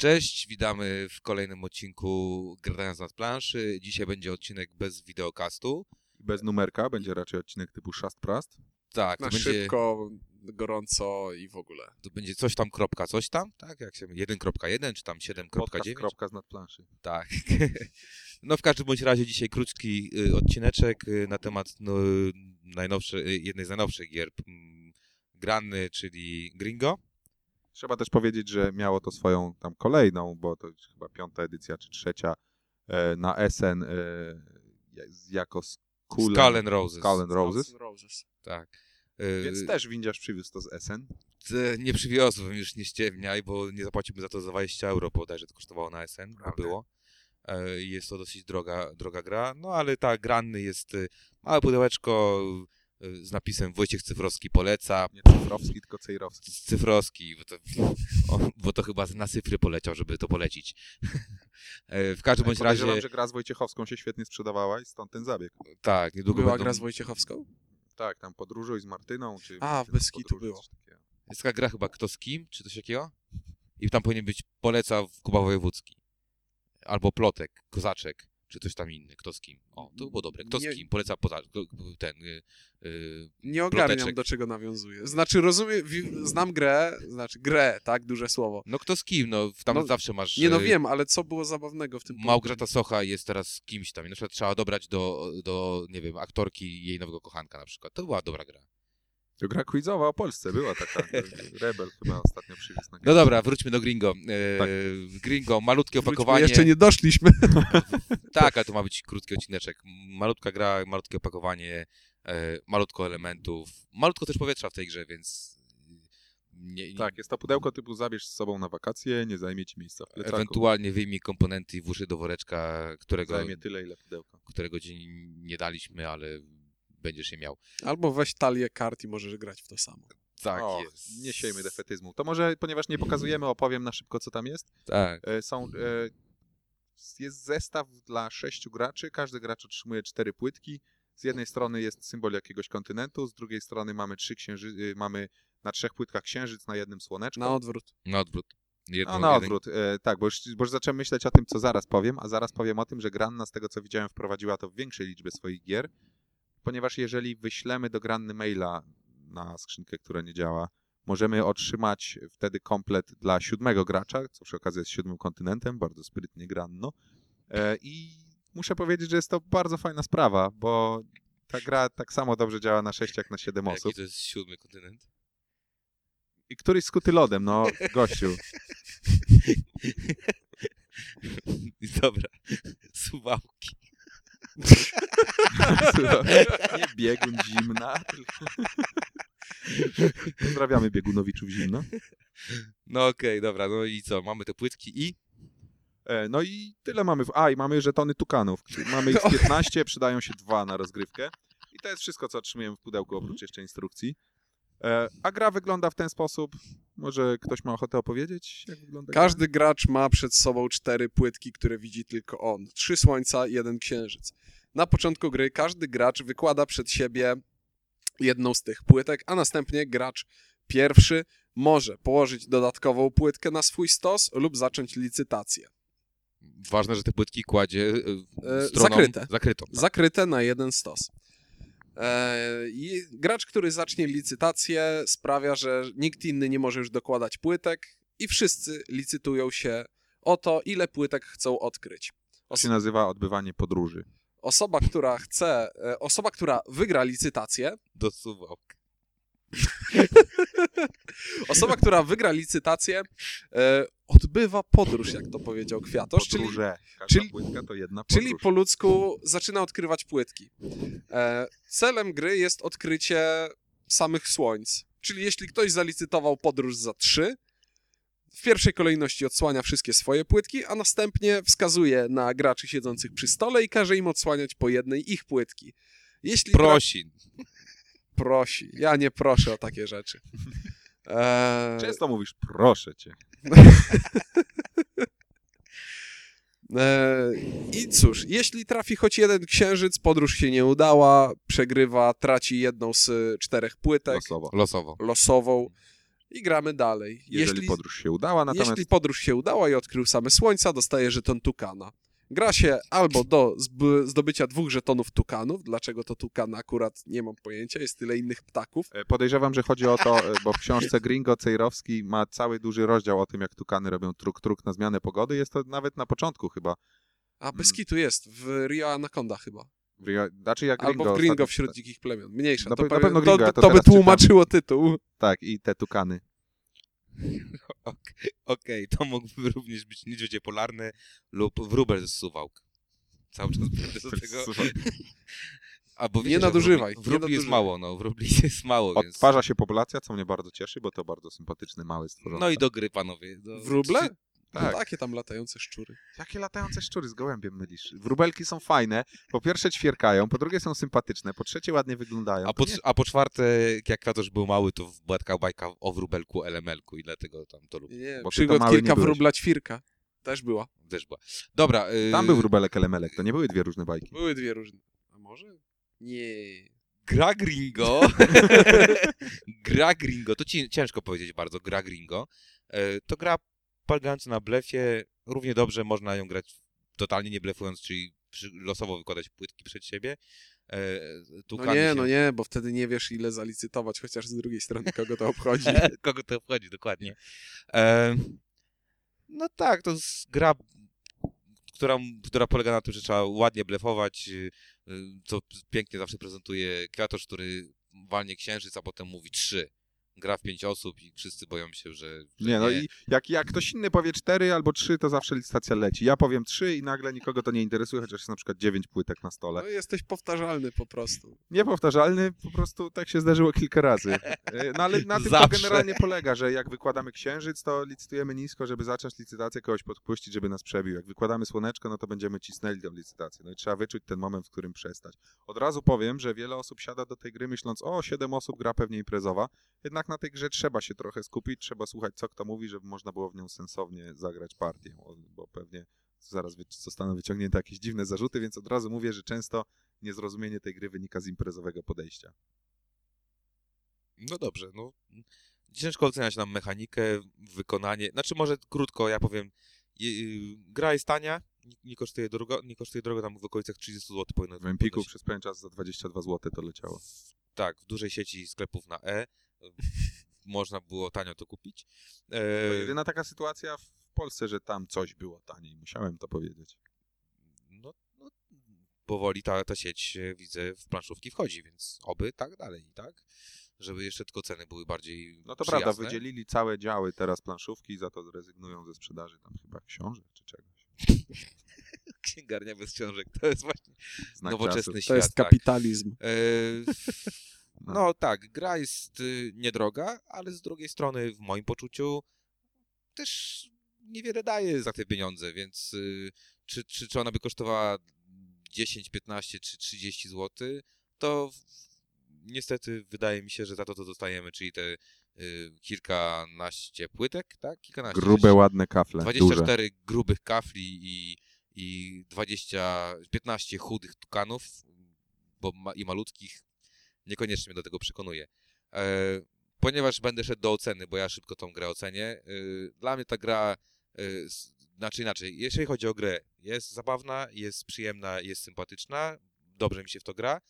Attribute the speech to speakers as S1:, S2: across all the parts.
S1: Cześć, witamy w kolejnym odcinku Gradając nad planszy. Dzisiaj będzie odcinek bez wideokastu.
S2: Bez numerka, będzie raczej odcinek typu szast prast.
S1: Tak,
S3: na
S1: to będzie,
S3: szybko, gorąco i w ogóle.
S1: to będzie coś tam, kropka, coś tam, tak? Jak się 1.1 czy tam 7.9.
S2: Podcast kropka z nadplanszy.
S1: Tak. No w każdym bądź razie dzisiaj krótki y, odcineczek y, na temat no, y, najnowsze, y, jednej z najnowszych gier mm, Granny, czyli Gringo.
S2: Trzeba też powiedzieć, że miało to swoją tam kolejną, bo to jest chyba piąta edycja czy trzecia e, na SN e, z- jako Skull,
S1: Skull and Roses.
S2: Skull and Roses.
S3: Roses.
S1: Tak. Y,
S2: Więc też windiarz przywiózł to z SN.
S1: Ty nie przywiozłem, już nie ściemniaj, bo nie zapłaciłbym za to za 20 euro, bodajże to kosztowało na SN, bo
S3: Prawda.
S1: było. E, i Jest to dosyć droga, droga gra, no ale ta granny jest e, małe pudełeczko e, z napisem Wojciech Cyfrowski poleca.
S2: Nie cyfrowski, tylko cejrowski.
S1: C- Cyfrowski, bo to, o, bo to chyba na cyfry poleciał, żeby to polecić. E, W
S3: Tak,
S1: każdym bądź razie,
S2: Podejrzewam, że gra z Wojciechowską się świetnie sprzedawała i stąd ten zabieg.
S1: tak, niedługo
S3: Była
S1: będą,
S3: gra z Wojciechowską?
S2: Tak, tam podróżuj z Martyną. Czy
S3: A, w Beskidu
S2: Podróżuj,
S3: było.
S2: coś takiego.
S1: jest taka gra chyba Kto z kim, czy coś takiego? I tam powinien być poleca Kuba Wojewódzki. Albo Plotek, Kozaczek, czy coś tam inny, Kto z kim. O, to było dobre. Kto
S3: Nie-
S1: z kim, poleca poza, ten, y, y,
S3: Nie ogarniam,
S1: Ploteczek.
S3: do czego nawiązuje. Znaczy, rozumiem, wi- znam grę, znaczy grę, tak, duże słowo.
S1: no Kto z kim, no tam
S3: No,
S1: zawsze masz...
S3: Nie no
S1: y,
S3: wiem, ale co było zabawnego w tym
S1: Małgorzata Socha jest teraz z kimś tam i na przykład trzeba dobrać do, do, nie wiem, aktorki i jej nowego kochanka na przykład. To była dobra gra.
S2: To gra quizowa o Polsce była taka. Rebel chyba ostatnio przywiózł na
S1: No dobra, wróćmy do Gringo. E,
S2: Tak.
S1: Gringo, malutkie
S3: Wróćmy,
S1: opakowanie.
S3: Jeszcze nie doszliśmy.
S1: Tak, ale to ma być krótki odcineczek. Malutka gra, malutkie opakowanie, e, malutko elementów, malutko też powietrza w tej grze, więc y, nie, nie,
S2: Tak, jest to pudełko typu zabierz z sobą na wakacje, nie zajmie ci miejsca w plecaku.
S1: ewentualnie wyjmij komponenty i włóż je do woreczka, którego,
S2: Zajmie tyle, ile pudełko.
S1: którego ci nie daliśmy, ale będziesz je miał.
S3: Albo weź talię kart i możesz grać w to samo.
S1: Tak
S2: o,
S1: jest.
S2: nie siejmy defetyzmu. To może, ponieważ nie pokazujemy, opowiem na szybko, co tam jest.
S1: Tak,
S2: E, Są, e, jest zestaw dla sześciu graczy, każdy gracz otrzymuje cztery płytki. Z jednej strony jest symbol jakiegoś kontynentu, z drugiej strony mamy trzy księży... y, mamy na trzech płytkach księżyc, na jednym słoneczko.
S3: Na odwrót.
S1: na odwrót. Jedno,
S2: No, na odwrót, e, tak, bo już, bo już zacząłem myśleć o tym, co zaraz powiem, a zaraz powiem o tym, że Granna, z tego co widziałem, wprowadziła to w większej liczbie swoich gier, ponieważ jeżeli wyślemy do Granny maila na skrzynkę, która nie działa, możemy otrzymać wtedy komplet dla siódmego gracza, co przy okazji jest siódmym kontynentem, bardzo sprytnie Granno. E, I muszę powiedzieć, że jest to bardzo fajna sprawa, bo ta gra tak samo dobrze działa na sześć jak na siedem
S1: Jaki
S2: osób.
S1: to jest siódmy kontynent?
S2: I któryś skuty lodem, no gościu.
S1: Dobra, suwałki.
S2: Nie biegun zimna. tylko- Pozdrawiamy biegunowiczów zimno.
S1: No okej, dobra, no i co, mamy te płytki i...
S2: E, No i tyle mamy. W... A, i mamy żetony tukanów. Mamy ich 15, przydają się dwa na rozgrywkę. I to jest wszystko, co otrzymujemy w pudełku,
S3: Mhm.
S2: oprócz jeszcze instrukcji. E, A gra wygląda w ten sposób. Może ktoś ma ochotę opowiedzieć, jak wygląda gra?
S3: Każdy gracz ma przed sobą cztery płytki, które widzi tylko on. Trzy słońca, jeden księżyc. Na początku gry każdy gracz wykłada przed siebie jedną z tych płytek, a następnie gracz pierwszy może położyć dodatkową płytkę na swój stos lub zacząć licytację.
S1: Ważne, że te płytki kładzie e,
S3: E,
S1: stroną
S3: zakryte.
S1: zakrytą.
S3: Zakryte na jeden stos. E, I gracz, który zacznie licytację, sprawia, że nikt inny nie może już dokładać płytek, i wszyscy licytują się o to, ile płytek chcą odkryć.
S2: To się nazywa odbywanie podróży.
S3: osoba, która chce, e, osoba, która wygra licytację,
S1: Do suwałk.
S3: osoba, która wygra licytację, e, odbywa podróż, jak to powiedział Kwiatosz, czyli,
S2: Podróże. Każda
S3: czyli-
S2: płytka to jedna podróż.
S3: czyli po ludzku zaczyna odkrywać płytki. E, celem gry jest odkrycie samych słońc, czyli jeśli ktoś zalicytował podróż za trzy, w pierwszej kolejności odsłania wszystkie swoje płytki, a następnie wskazuje na graczy siedzących przy stole i każe im odsłaniać po jednej ich płytki. Jeśli gra-
S1: Prosi.
S3: prosi. Ja nie proszę o takie rzeczy. Eee,
S2: Często mówisz, proszę cię.
S3: eee, I cóż, jeśli trafi choć jeden księżyc, podróż się nie udała, przegrywa, traci jedną z y, czterech płytek,
S2: Losowo.
S1: Losowo.
S3: losową. i gramy dalej.
S2: jeżeli podróż się udała, natomiast
S3: Jeśli podróż się udała i odkrył same słońca, dostaje żeton tukana. Gra się albo do zb- zdobycia dwóch żetonów tukanów. Dlaczego to tukan akurat nie mam pojęcia, jest tyle innych ptaków.
S2: e, podejrzewam, że chodzi o to, e, bo w książce Gringo Cejrowski ma cały duży rozdział o tym, jak tukany robią truk-truk na zmianę pogody. Jest to nawet na początku chyba.
S3: A
S2: Mm.
S3: bez kitu jest, w Rio Anaconda chyba.
S2: W Rio- Znaczy jak Gringo.
S3: Albo w Gringo
S2: ostatnio-
S3: wśród dzikich plemion. Mniejsza,
S2: Na
S3: to,
S2: pe- na
S3: pewnie-
S2: pewno
S3: to,
S2: Gringo, ja to
S3: to by
S2: teraz czytam.
S3: tłumaczyło tytuł.
S2: Tak, i te tukany.
S1: Ok- Okej, to mógłby również być niedźwiedzie polarne lub wróbel z suwałk. Cały czas będę do tego... Albo
S3: Nie
S1: wiecie, że
S3: nadużywaj,
S1: Wróbli,
S3: nie
S1: wróbli jest
S3: nadużywaj.
S1: mało, no. Wróbli jest mało, więc...
S2: Odtwarza się populacja, co mnie bardzo cieszy, bo to bardzo sympatyczny, mały stworzony.
S1: No i do gry, panowie. Do...
S3: Wróble?
S2: Tak.
S3: No, takie tam latające szczury.
S2: Jakie latające szczury z gołębiem mylisz? Wróbelki są fajne, po pierwsze ćwierkają, po drugie są sympatyczne, po trzecie ładnie wyglądają.
S1: A po,
S2: To No nie-
S1: a po czwarte, jak Kwiatusz był mały, to była bajka o wróbelku, LML-ku i dlatego tam to lubię.
S3: Nie,
S2: Bo ty to
S3: przygód
S2: mały nie
S3: kilka
S2: byłeś.
S3: wróbla ćwirka. Też była.
S1: Też była. Dobra. y,
S2: Tam był wróbelek elemelek, to nie były dwie różne bajki.
S3: Były dwie różne. A może? Nie. No
S1: Gra Gringo. gra Gringo. To ci ciężko powiedzieć bardzo. Gra Gringo. E, To gra polegająca na blefie. Równie dobrze można ją grać totalnie nie blefując, czyli przy- losowo wykładać płytki przed siebie. E,
S3: No
S1: tukami
S3: nie,
S1: się-
S3: no nie, bo wtedy nie wiesz ile zalicytować, chociaż z drugiej strony kogo to obchodzi.
S1: Kogo to obchodzi, dokładnie. E, no tak, to jest gra, która, która polega na tym, że trzeba ładnie blefować, y, y, co pięknie zawsze prezentuje Kwiatosz, który walnie księżyc, a potem mówi trzy. Gra w pięć osób i wszyscy boją się, że... że
S2: Nie, no i jak, jak ktoś inny powie cztery albo trzy, to zawsze licytacja leci. Ja powiem trzy i nagle nikogo to nie interesuje, chociaż jest na przykład dziewięć płytek na stole.
S3: No jesteś powtarzalny po prostu.
S2: Niepowtarzalny, po prostu tak się zdarzyło kilka razy. E, No ale na tym to
S1: Zawsze.
S2: generalnie polega, że jak wykładamy księżyc, to licytujemy nisko, żeby zacząć licytację, kogoś podpuścić, żeby nas przebił. Jak wykładamy słoneczko, no to będziemy cisnęli tą licytację. No i trzeba wyczuć ten moment, w którym przestać. Od razu powiem, że wiele osób siada do tej gry myśląc, o, siedem osób gra pewnie imprezowa. Jednak na tej grze trzeba się trochę skupić, trzeba słuchać, co kto mówi, żeby można było w nią sensownie zagrać partię, O, bo pewnie zaraz wy- zostaną wyciągnięte jakieś dziwne zarzuty, więc od razu mówię, że często niezrozumienie tej gry wynika z imprezowego podejścia.
S1: No dobrze, no. Ciężko oceniać nam mechanikę, wykonanie. Znaczy może krótko ja powiem. Je- y, Gra jest tania, nie- nie kosztuje drogo, nie kosztuje drogo tam w okolicach 30 zł powinno
S2: W Empiku
S1: powinno się-
S2: przez pewien czas za 22 zł to leciało.
S1: Tak, w dużej sieci sklepów na E. Można było tanio to kupić. E,
S2: To jedyna taka sytuacja w Polsce, że tam coś było taniej. Musiałem to powiedzieć.
S1: no, no, powoli ta, ta sieć, e, widzę, w planszówki wchodzi, więc oby tak dalej, tak? Żeby jeszcze tylko ceny były bardziej
S2: No to
S1: przyjazne.
S2: prawda, wydzielili całe działy teraz planszówki, za to zrezygnują ze sprzedaży tam chyba książek czy czegoś.
S1: Księgarnia bez książek, to jest właśnie
S2: Znak
S1: nowoczesny
S2: czasów.
S1: świat.
S3: To jest
S1: tak.
S3: kapitalizm.
S1: E,
S2: No.
S1: No tak, gra jest y, niedroga, ale z drugiej strony, w moim poczuciu, też niewiele daje za te pieniądze, więc y, czy, czy, czy ona by kosztowała 10, 15 czy 30 zł, to w- niestety wydaje mi się, że za to, co dostajemy, czyli te y, kilkanaście płytek, tak? Kilkanaście.
S2: Grube, ładne kafle, duże.
S1: 24 grubych kafli i, i 20, 15 chudych tukanów bo ma, i malutkich niekoniecznie mnie do tego przekonuje. E, ponieważ będę szedł do oceny, bo ja szybko tą grę ocenię, y, dla mnie ta gra, y, s- znaczy inaczej, jeżeli chodzi o grę, jest zabawna, jest przyjemna, jest sympatyczna, dobrze mi się w to gra,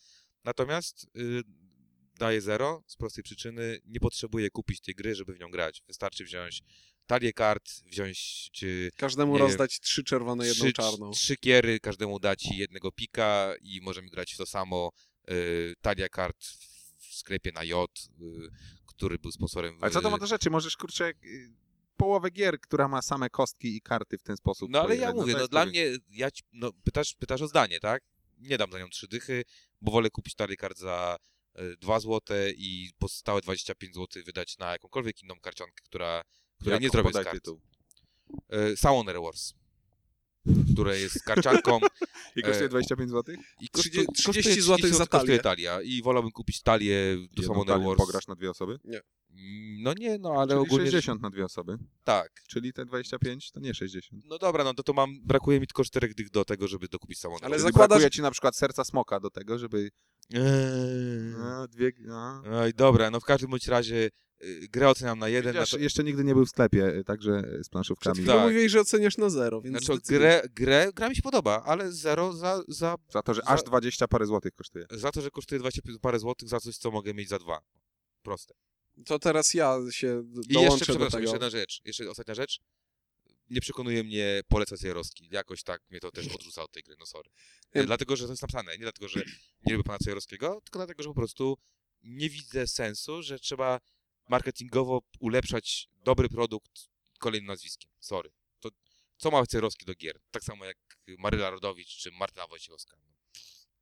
S1: natomiast y, daje zero z prostej przyczyny, nie potrzebuję kupić tej gry, żeby w nią grać. Wystarczy wziąć talię kart, wziąć czy
S3: Każdemu
S1: Nie.
S3: rozdać trzy czerwone, jedną
S1: trzy,
S3: czarną.
S1: trzy kiery, każdemu dać jednego pika i możemy grać w to samo. Y, talia kart w- w sklepie na J, y, który był sponsorem.
S2: Ale co to ma
S1: y,
S2: do rzeczy? Możesz, kurczę, y, połowę gier, która ma same kostki i karty w ten sposób.
S1: No ale ja
S2: pojedynek.
S1: mówię,
S2: to
S1: no
S2: jest
S1: dla
S2: kurczę-
S1: mnie, ja ci, no, pytasz, pytasz o zdanie, tak? Nie dam za nią trzy dychy, bo wolę kupić talię kart za y, 2 złote i pozostałe 25 zł wydać na jakąkolwiek inną karciankę, która, która
S2: Jak
S1: nie zrobię z
S2: podaj
S1: kart.
S2: tytuł.
S1: Y, Samoner Wars, które jest karcianką
S2: I kosztuje
S1: E,
S2: 25 zł?
S1: I kosztuje-
S3: Trzydzie- 30
S1: kosztuje-
S3: złotych za
S1: kosztuje
S3: talię.
S1: talia. I wolałbym kupić talię do
S2: Jedną
S1: Samoner
S2: talią
S1: Wars.
S2: pograsz na dwie osoby?
S1: Mm, No nie, no ale
S2: Czyli
S1: ogólnie...
S2: 60 na dwie osoby.
S1: Tak.
S2: Czyli te 25 to nie 60.
S1: No dobra, no to tu mam, brakuje mi tylko czterech dych do tego, żeby dokupić Eee. samochód.
S3: Ale
S2: Czyli
S3: zakładasz-
S2: brakuje ci na przykład serca smoka do tego, żeby...
S1: Eee.
S2: A, No, dwie... A.
S1: Oj, dobra, no w każdym bądź razie y, grę oceniam na jeden,
S2: Widzisz,
S1: znaczy,
S2: jeszcze nigdy nie był w sklepie, y, także y, z planszówkami.
S1: Tak.
S3: No mówiłeś, że oceniasz na zero, więc
S1: znaczy
S3: zdecyduj.
S1: grę, grę, gra mi się podoba, ale zero za, za,
S2: Za to, że
S1: Za-
S2: aż 20 parę złotych kosztuje.
S1: za to, że kosztuje 20 parę złotych za coś, co mogę mieć za dwa. Proste.
S3: To teraz ja się
S1: I
S3: dołączę
S1: jeszcze,
S3: do
S1: przepraszam,
S3: tego.
S1: jeszcze jedna rzecz, jeszcze ostatnia rzecz. Nie przekonuje mnie polecać Jaroski. Jakoś tak mnie to też odrzuca od tej gry, no sorry. Nie,
S3: Em.
S1: dlatego, że to jest napisane, nie dlatego, że nie lubię pana Jaroskiego, tylko dlatego, że po prostu nie widzę sensu, że trzeba marketingowo ulepszać dobry produkt kolejnym nazwiskiem. Sorry. To co ma Jaroski do gier? Tak samo jak Maryla Rodowicz czy Martyna Wojciechowska.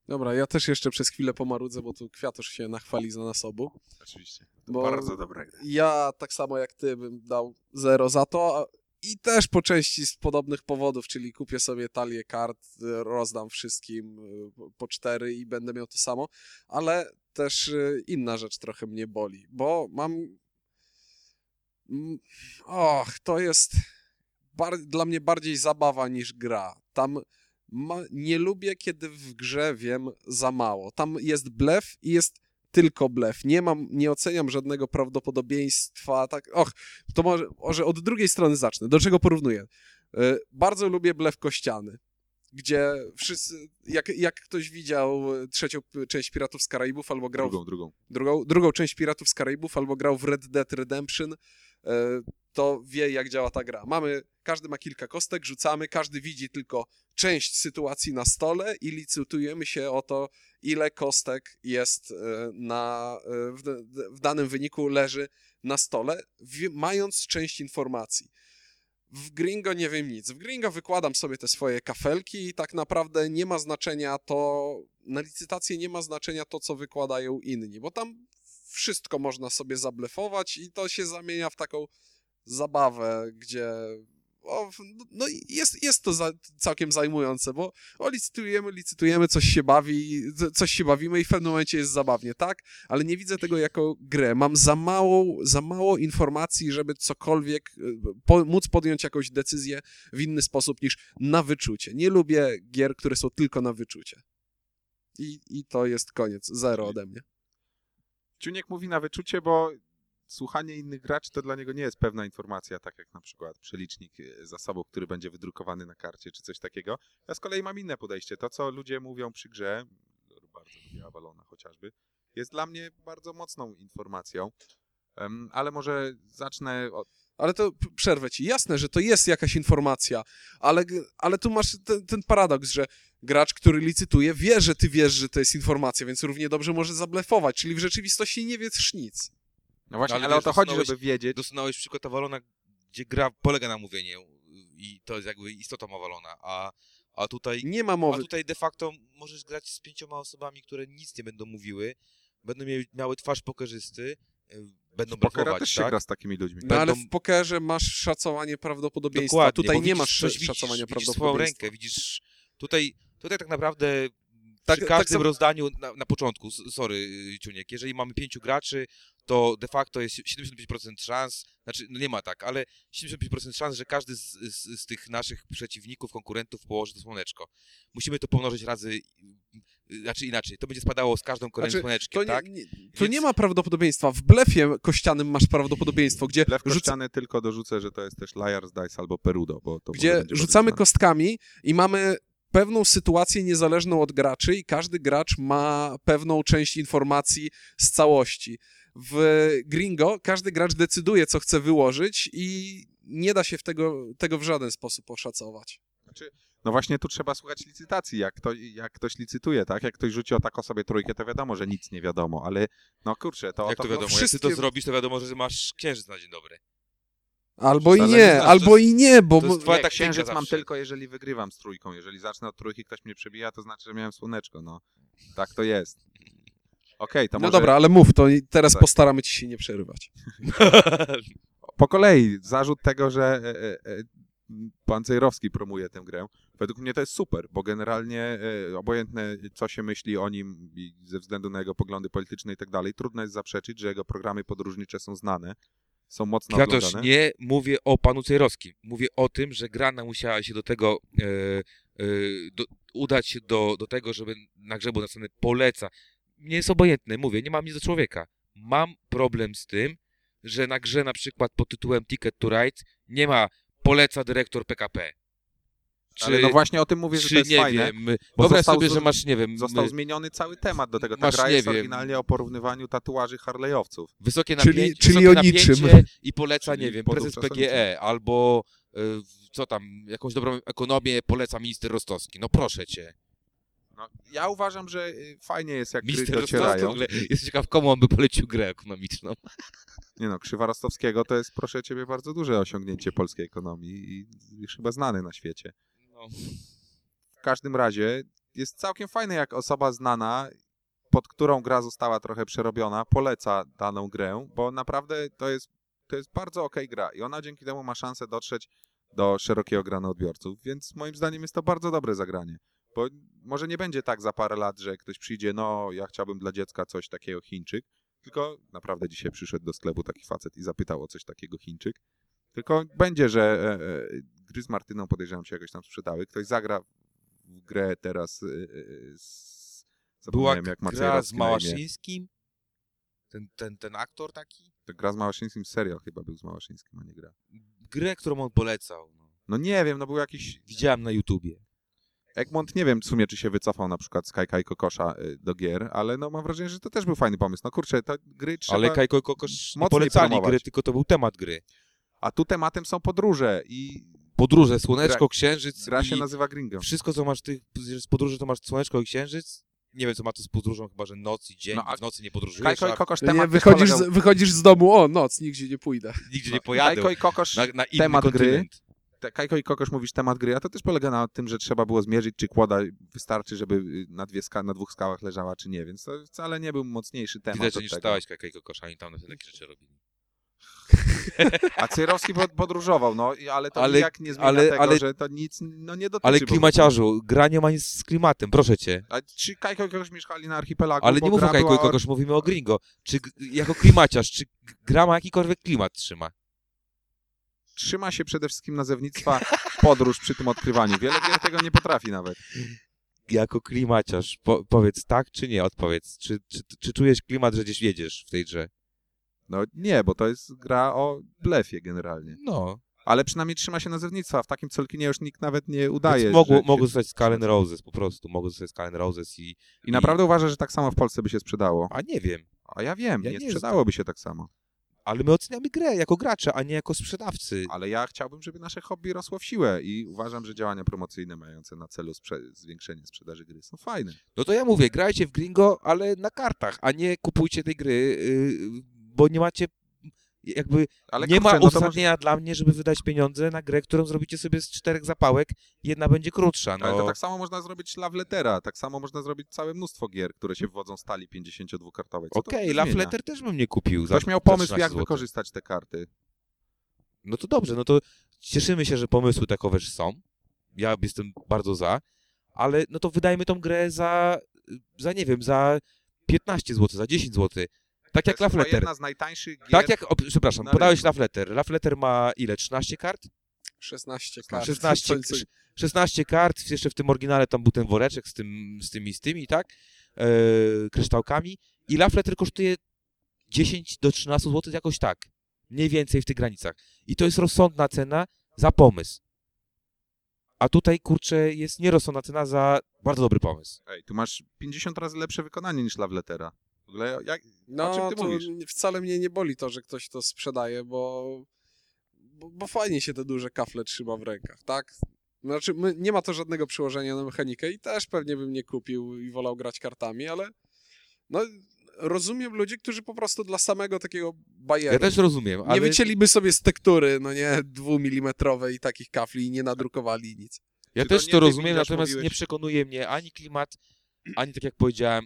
S3: Dobra, ja też jeszcze przez chwilę pomarudzę, bo tu Kwiatusz się nachwali za nasobu.
S2: Oczywiście.
S3: Bo
S2: dobre.
S3: ja tak samo jak ty bym dał zero za to a- i też po części z podobnych powodów, czyli kupię sobie talię kart, y, rozdam wszystkim y, po- po cztery i będę miał to samo, ale też y, inna rzecz trochę mnie boli, bo mam... Mm, Och, to jest bar... dla mnie bardziej zabawa niż gra. Tam ma... nie lubię, kiedy w grze wiem za mało. Tam jest blef i jest tylko blef. Nie mam, nie oceniam żadnego prawdopodobieństwa. Tak, och, to może, może od drugiej strony zacznę. Do czego porównuję? Y, Bardzo lubię blef kościany, gdzie wszyscy, jak, jak ktoś widział y, trzecią p- część Piratów z Karaibów albo grał w
S2: Drugą, drugą.
S3: drugą, drugą część Piratów z Karaibów albo grał w Red Dead Redemption, e, to wie, jak działa ta gra. Mamy, każdy ma kilka kostek, rzucamy, każdy widzi tylko część sytuacji na stole i licytujemy się o to, ile kostek jest e, na, e, w, w danym wyniku leży na stole, wi- mając część informacji. W Gringo nie wiem nic. W Gringo wykładam sobie te swoje kafelki i tak naprawdę nie ma znaczenia to, na licytację nie ma znaczenia to, co wykładają inni, bo tam wszystko można sobie zablefować i to się zamienia w taką zabawę, gdzie o, w- no i jest, jest to za, całkiem zajmujące, bo o, licytujemy, licytujemy, coś się bawi, c- coś się bawimy i w pewnym momencie jest zabawnie, tak? Ale nie widzę tego jako grę. Mam za mało, za mało informacji, żeby cokolwiek, y, po, móc podjąć jakąś decyzję w inny sposób niż na wyczucie. Nie lubię gier, które są tylko na wyczucie. I, i to jest koniec. Zero ode mnie.
S2: Ciuniek mówi na wyczucie, bo słuchanie innych graczy to dla niego nie jest pewna informacja, tak jak na przykład przelicznik y, zasobów, który będzie wydrukowany na karcie, czy coś takiego. Ja z kolei mam inne podejście. To, co ludzie mówią przy grze, bardzo lubię Avalona chociażby, jest dla mnie bardzo mocną informacją. Em, Ale może zacznę od...
S3: Ale to p- przerwę ci. Jasne, że to jest jakaś informacja, ale, g- ale tu masz ten, ten paradoks, że gracz, który licytuje, wie, że ty wiesz, że to jest informacja, więc równie dobrze może zablefować, czyli w rzeczywistości nie wiesz nic.
S2: No właśnie,
S1: No, ale
S2: ale, o
S1: wiesz,
S2: to chodzi,
S1: dosunąłeś-
S2: żeby wiedzieć.
S1: Dosunąłeś przykład Avalona, gdzie gra polega na mówieniu i to jest jakby istotą Avalona, a, a tutaj
S3: Nie ma
S1: A
S3: mowy.
S1: tutaj de facto możesz grać z pięcioma osobami, które nic nie będą mówiły, będą miały, miały twarz pokerzysty, y, będą
S2: Pokera też
S1: blokować,
S2: się
S1: tak?
S2: gra z takimi ludźmi.
S3: No
S1: będą-
S3: ale w pokerze masz szacowanie prawdopodobieństwa.
S1: Dokładnie,
S3: tutaj
S1: bo
S3: nie
S1: widzisz
S3: masz
S1: coś, widzisz-
S3: szacowania
S1: widzisz swoją
S3: prawdopodobieństwa.
S1: rękę, widzisz... Tutaj, tutaj tak naprawdę
S3: Tak-
S1: przy
S3: tak
S1: każdym
S3: samo-
S1: rozdaniu na, na początku, s- sorry y, Ciuniek, jeżeli mamy pięciu graczy, to de facto jest 75% szans, znaczy no nie ma tak, ale 75% szans, że każdy z, z, z tych naszych przeciwników, konkurentów położy to słoneczko. Musimy to pomnożyć razy, y, znaczy inaczej, to będzie spadało z każdą kolejnym
S3: Znaczy,
S1: słoneczkiem,
S3: To, nie,
S1: tak?
S3: nie, to
S1: Więc-
S3: nie ma prawdopodobieństwa. W blefie kościanym masz prawdopodobieństwo, gdzie
S2: Lew
S3: rzuc-
S2: kościany tylko dorzucę, że to jest też Liar's Dice albo Perudo, bo to może
S3: gdzie
S2: będzie
S3: rzucamy
S2: bardzo
S3: kostkami i mamy pewną sytuację niezależną od graczy i każdy gracz ma pewną część informacji z całości. W Gringo każdy gracz decyduje, co chce wyłożyć i nie da się w tego, tego w żaden sposób oszacować.
S2: No właśnie tu trzeba słuchać licytacji, jak, to, jak ktoś licytuje, tak? Jak ktoś rzuci o taką sobie trójkę, to wiadomo, że nic nie wiadomo, ale no kurczę, to...
S1: Jak to
S2: to
S1: wiadomo, jak
S2: No,
S1: ty to
S3: tak, wszystkie-
S1: zrobisz, to wiadomo, że masz księżyc na dzień dobry.
S3: Albo i
S2: Ale
S3: nie,
S2: nie znasz, to
S3: albo i nie, bo...
S1: to jest
S2: nie,
S1: twoja taktyka
S2: tak księżyc mam
S1: tak zawsze.
S2: tylko, jeżeli wygrywam z trójką. Jeżeli zacznę od trójki, ktoś mnie przebija, to znaczy, że miałem słoneczko, no. Tak to jest. Okej, to
S3: no
S2: może
S3: dobra, ale mów, to teraz
S2: Tak.
S3: postaramy ci się nie przerywać.
S2: po kolei zarzut tego, że e, e, e, pan Cejrowski promuje tę grę. Według mnie to jest super, bo generalnie e, obojętne co się myśli o nim i ze względu na jego poglądy polityczne i tak dalej, trudno jest zaprzeczyć, że jego programy podróżnicze są znane, są mocno
S1: Kwiatusz,
S2: No, oglądane.
S1: nie mówię o panu Cejrowskim. Mówię o tym, że Grana musiała się do tego e, e, do, udać się do, do tego, żeby na grze było napisane poleca. Nie jest obojętne, mówię, nie mam nic do człowieka. Mam problem z tym, że na grze na przykład pod tytułem Ticket to Ride nie ma poleca dyrektor PKP. Czy,
S2: Ale no właśnie o tym mówię, że
S1: czy
S2: to jest
S1: nie
S2: fajne.
S1: wiem,
S2: bo
S1: wyobraź
S2: został
S1: sobie,
S2: zro-
S1: że masz, nie wiem,
S2: Został
S1: y,
S2: zmieniony cały temat do tego. Ta
S1: Masz,
S2: gra
S1: nie
S2: jest
S1: wiem.
S2: oryginalnie o porównywaniu tatuaży Harley'owców.
S1: wysokie
S3: Czyli-
S1: napięcie,
S3: czyli
S1: wysokie
S3: o niczym.
S1: napięcie i poleca,
S2: Czyli
S1: nie wiem,
S2: podróż
S1: prezes
S2: czasem
S1: PGE albo y, co tam, jakąś dobrą ekonomię poleca minister Rostowski. No proszę cię.
S2: No, ja uważam, że y, fajnie jest, jak gry
S1: Minister Rostowski w
S2: docierają.
S1: ogóle jest ciekaw, komu on by polecił grę ekonomiczną.
S2: Nie no, Krzywa Rostowskiego to jest, proszę ciebie, bardzo duże osiągnięcie polskiej ekonomii i, i chyba znany na świecie.
S1: No.
S2: W każdym razie jest całkiem fajne, jak osoba znana, pod którą gra została trochę przerobiona, poleca daną grę, bo naprawdę to jest, to jest bardzo okej gra i ona dzięki temu ma szansę dotrzeć do szerokiego grana odbiorców, więc moim zdaniem jest to bardzo dobre zagranie. Bo może nie będzie tak za parę lat, że ktoś przyjdzie, no ja chciałbym dla dziecka coś takiego Chińczyk, tylko naprawdę dzisiaj przyszedł do sklepu taki facet i zapytał o coś takiego Chińczyk. Tylko będzie, że e, e, gry z Martyną podejrzewam się jakoś tam sprzedały. Ktoś zagra w grę teraz e, e, z...
S1: Była
S2: Zapomniałem, jak Maciej
S1: gra z
S2: Rowski na imię.
S1: Małaszyńskim, ten, ten, ten aktor taki,
S2: To gra z Małaszyńskim, serial chyba był z Małaszyńskim, a nie gra.
S1: grę, którą on polecał. No.
S2: No nie wiem, no był jakiś...
S1: Widziałem na YouTubie.
S2: Egmont nie wiem w sumie, czy się wycofał na przykład z Kajka i Kokosza y, do gier, ale no mam wrażenie, że to też był fajny pomysł. No kurczę, to gry trzeba...
S1: Ale Kajko i Kokosz nie
S2: mocniej
S1: polecali
S2: promować.
S1: gry, tylko to był temat gry.
S2: A tu tematem są podróże i
S1: Podróże, Słoneczko,
S2: Gra-
S1: Księżyc
S2: gra
S1: i
S2: się nazywa Gringo.
S1: wszystko, co masz tych, z podróży, to masz Słoneczko i Księżyc. Nie wiem, co ma to z podróżą, chyba że noc i dzień,
S2: No, a
S1: w nocy nie podróżujesz,
S2: Kajko i
S1: a
S2: Kokosz temat
S3: No Nie,
S2: też
S3: wychodzisz,
S2: polegał-
S3: z, wychodzisz z domu, o noc, nigdzie nie pójdę.
S1: nigdzie
S2: No,
S1: nie pojadę.
S2: Kajko i Kokosz...
S1: Na, na inny
S2: temat gry.
S1: kontynent.
S2: te- Kajko i Kokosz mówisz temat gry, a to też polega na tym, że trzeba było zmierzyć, czy kłoda wystarczy, żeby y, na, dwie ska- na dwóch skałach leżała, czy nie, więc to wcale nie był mocniejszy temat
S1: Widać, że
S2: od
S1: nie
S2: tego.
S1: czytałeś Kajko i Kokosza, oni tam na takie rzeczy robili.
S2: A Cyrowski pod- podróżował, no, i- ale to
S1: Ale-
S2: ale, jak nie zmienia
S1: ale-
S2: tego,
S1: ale-
S2: że to nic no, nie dotyczy.
S1: Ale
S2: po
S1: klimaciarzu, gra nie ma nic z klimatem, proszę cię.
S2: prostu. A czy Kajko i Kokosz mieszkali na archipelagu?
S1: Ale
S2: bo
S1: nie mów o
S2: gra
S1: Kajku i
S2: była o-
S1: Kokosz, mówimy o Gringo. Czy g- jako klimaciarz, czy g- gra ma jakikolwiek klimat trzyma?
S2: Trzyma się przede wszystkim nazewnictwa podróż przy tym odkrywaniu. Wiele gier tego nie potrafi nawet.
S1: Jako klimaciarz, po, powiedz tak czy nie, odpowiedz. Czy, czy, czy czujesz klimat, że gdzieś jedziesz w tej grze?
S2: No nie, bo to jest gra o blefie generalnie.
S1: No.
S2: Ale przynajmniej trzyma się nazewnictwa. W takim Colkinie już nikt nawet nie udaje.
S1: Więc
S2: że
S1: mogło,
S2: się-
S1: mogło zostać Skull and Roses, po prostu. Mogło zostać Skull and Roses i...
S2: I naprawdę uważasz, że tak samo w Polsce by się sprzedało.
S1: A nie wiem.
S2: A ja wiem,
S1: Ja
S2: nie,
S1: nie
S2: sprzedałoby się tak samo.
S1: Ale my oceniamy grę jako gracze, a nie jako sprzedawcy.
S2: Ale ja chciałbym, żeby nasze hobby rosło w siłę i uważam, że działania promocyjne mające na celu sprze- zwiększenie sprzedaży gry są fajne.
S1: No to ja mówię, grajcie w Gringo, ale na kartach, a nie kupujcie tej gry, yy, bo nie macie jakby
S2: Ale
S1: nie ma
S2: kurczę, no to może-
S1: uzasadnienia dla mnie, żeby wydać pieniądze na grę, którą zrobicie sobie z czterech zapałek, jedna będzie krótsza. No.
S2: Ale to tak samo można zrobić Love Lettera, tak samo można zrobić całe mnóstwo gier, które się wywodzą z talii 52-kartowej. Co to
S1: Okej,
S2: zmienia?
S1: Love Letter też bym nie kupił. za- Tak,
S2: Ktoś miał
S1: za
S2: pomysł,
S1: 13
S2: jak
S1: zł.
S2: wykorzystać te karty.
S1: No to dobrze, no to cieszymy się, że pomysły takoweż są. Ja jestem bardzo za, ale no to wydajmy tą grę za, za nie wiem, za 15 zł, za 10 zł. Tak
S2: To
S1: jak
S2: jest chyba
S1: Love Letter.
S2: jedna z najtańszych gier.
S1: Tak jak, o, przepraszam,
S2: na
S1: podałeś
S2: rynku.
S1: Love Letter. Love Letter ma ile? 13 kart?
S3: 16
S2: Znaczy,
S3: kart.
S1: 16,
S3: Co- co-
S1: 16 kart, jeszcze w tym oryginale tam był ten woreczek z, tym, z tymi, z tymi, tak? E, kryształkami. I lafletter kosztuje 10 do 13 zł, jakoś tak. Mniej więcej w tych granicach. I to jest rozsądna cena za pomysł. A tutaj, kurczę, jest nierozsądna cena za bardzo dobry pomysł.
S2: Ej, tu masz 50 razy lepsze wykonanie niż Love Lettera. W ogóle jak...
S3: No,
S2: O czym ty
S3: to
S2: mówisz?
S3: n- wcale mnie nie boli to, że ktoś to sprzedaje, bo, bo, bo fajnie się te duże kafle trzyma w rękach, tak? Znaczy, my, nie ma to żadnego przełożenia na mechanikę i też pewnie bym nie kupił i wolał grać kartami, ale no, rozumiem ludzi, którzy po prostu dla samego takiego bajeru.
S1: Ja też rozumiem,
S3: nie
S1: ale...
S3: wycięliby sobie z tektury, no nie, dwumilimetrowej i takich kafli i nie nadrukowali nic.
S1: Ja
S2: Czy to
S1: też
S2: nie
S1: to
S2: ty,
S1: rozumiem,
S2: Milasz,
S1: natomiast
S2: mówiłeś?
S1: nie przekonuje mnie ani klimat, ani tak jak powiedziałem,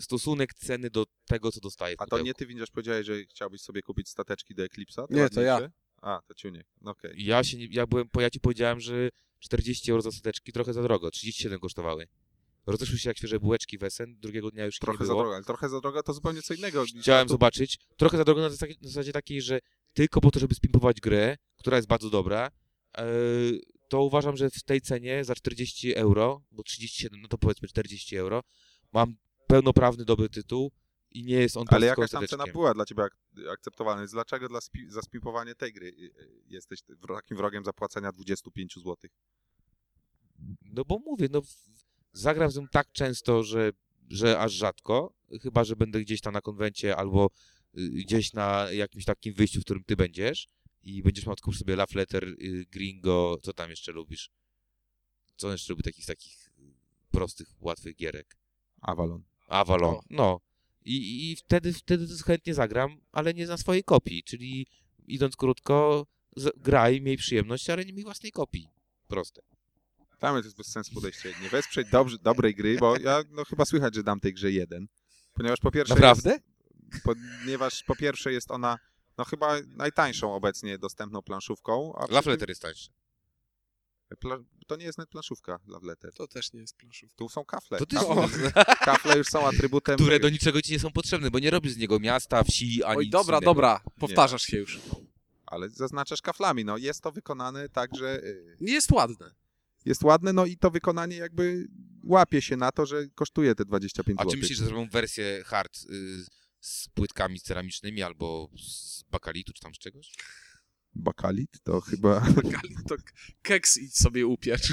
S1: stosunek ceny do tego, co dostaję w
S2: A to
S1: pudełku.
S2: nie ty, Windziarz, powiedziałeś, że chciałbyś sobie kupić stateczki do Eklipsa?
S3: Nie, to ja.
S2: A, to ciuniek. No okej.
S1: Ja, się, nie- ja, byłem, po- ja ci powiedziałem, że 40 euro za suteczki trochę za drogo, 37 kosztowały. Rozeszły się jak świeże bułeczki w Essen, drugiego dnia już ich
S2: Trochę
S1: nie
S2: za
S1: było.
S2: drogo, ale trochę za drogo to zupełnie co innego.
S1: Chciałem
S2: to,
S1: zobaczyć. Trochę za drogo na zasadzie, na zasadzie takiej, że tylko po to, żeby spimpować grę, która jest bardzo dobra, e, to uważam, że w tej cenie za 40 euro, bo 37, no to powiedzmy 40 euro, mam pełnoprawny dobry tytuł i nie jest on
S2: ale
S1: tylko
S2: jakaś tam cena
S1: stateczkiem.
S2: była dla ciebie ak- akceptowalna. Więc dlaczego dla spi- za spipowanie tej gry y, y, jesteś ty- wro- takim wrogiem zapłacenia 25 zł?
S1: No bo mówię, no w- zagram z nią tak często, że, że aż rzadko, chyba że będę gdzieś tam na konwencie albo y, gdzieś na jakimś takim wyjściu, w którym ty będziesz i będziesz miał kup sobie Lafletter, y, Gringo, co tam jeszcze lubisz? Co on jeszcze lubi takich takich y, prostych, łatwych gierek?
S2: Avalon.
S1: Avalon,
S3: O.
S1: no. I, i wtedy, wtedy to chętnie zagram, ale nie na swojej kopii, czyli idąc krótko, z- graj, miej przyjemność, ale nie miej własnej kopii. Proste.
S2: Tam jest bez sensu podejście. Nie wesprzeć dobrze, dobrej gry, bo ja no, chyba słychać, że dam tej grze jeden. Ponieważ po pierwsze.
S1: Naprawdę?
S2: Jest, ponieważ po pierwsze jest ona no chyba najtańszą obecnie dostępną planszówką. A przy
S1: Lafleter jest tańszy.
S2: tym Pla, to nie jest nawet planszówka Love Letter.
S3: To też nie jest planszówka.
S2: Tu są kafle.
S1: To ty
S2: kafle, kafle już są atrybutem.
S1: które
S2: gry.
S1: do niczego ci nie są potrzebne, bo nie robisz z niego miasta, wsi, ani
S3: Oj,
S1: nic
S3: dobra,
S1: innego.
S3: dobra, powtarzasz się już.
S2: Ale zaznaczasz kaflami. No, jest to wykonane tak, że y,
S3: Nie jest ładne.
S2: jest ładne, no i to wykonanie jakby łapie się na to, że kosztuje te 25
S1: A
S2: zł.
S1: czy myślisz, że zrobią wersję hard y, z płytkami ceramicznymi albo z bakalitu czy tam z czegoś?
S2: Bakalit to chyba...
S3: Gali to k- keks idź sobie upiecz.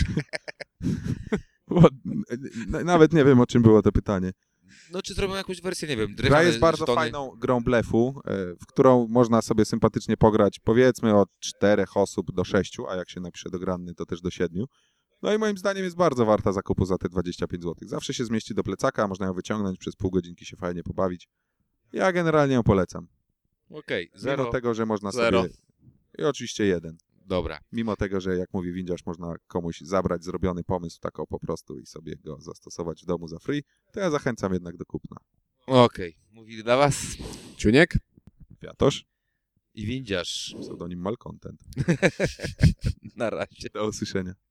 S2: Na- Nawet nie wiem, o czym było to pytanie.
S1: No czy zrobią jakąś wersję, nie wiem,
S2: Gra
S1: drewniane
S2: jest bardzo
S1: żetony?
S2: fajną grą blefu, e, w którą można sobie sympatycznie pograć powiedzmy od czterech osób do sześciu, a jak się napisze do granny, to też do siedmiu. No i moim zdaniem jest bardzo warta zakupu za te 25 zł. Zawsze się zmieści do plecaka, można ją wyciągnąć, przez pół godzinki się fajnie pobawić. Ja generalnie ją polecam.
S1: Okej,
S2: Mimo
S1: zero.
S2: tego, że można
S3: Zero.
S2: sobie... I oczywiście jeden.
S1: Dobra.
S2: Mimo tego, że jak mówi Windziarz, można komuś zabrać zrobiony pomysł taką po prostu i sobie go zastosować w domu za free, to ja zachęcam jednak do kupna.
S1: Okej. Mówili dla was
S3: Ciuniek?
S2: Kwiatosz,
S1: i windziarz.
S2: pseudonim Malcontent.
S1: Na razie.
S2: Do usłyszenia.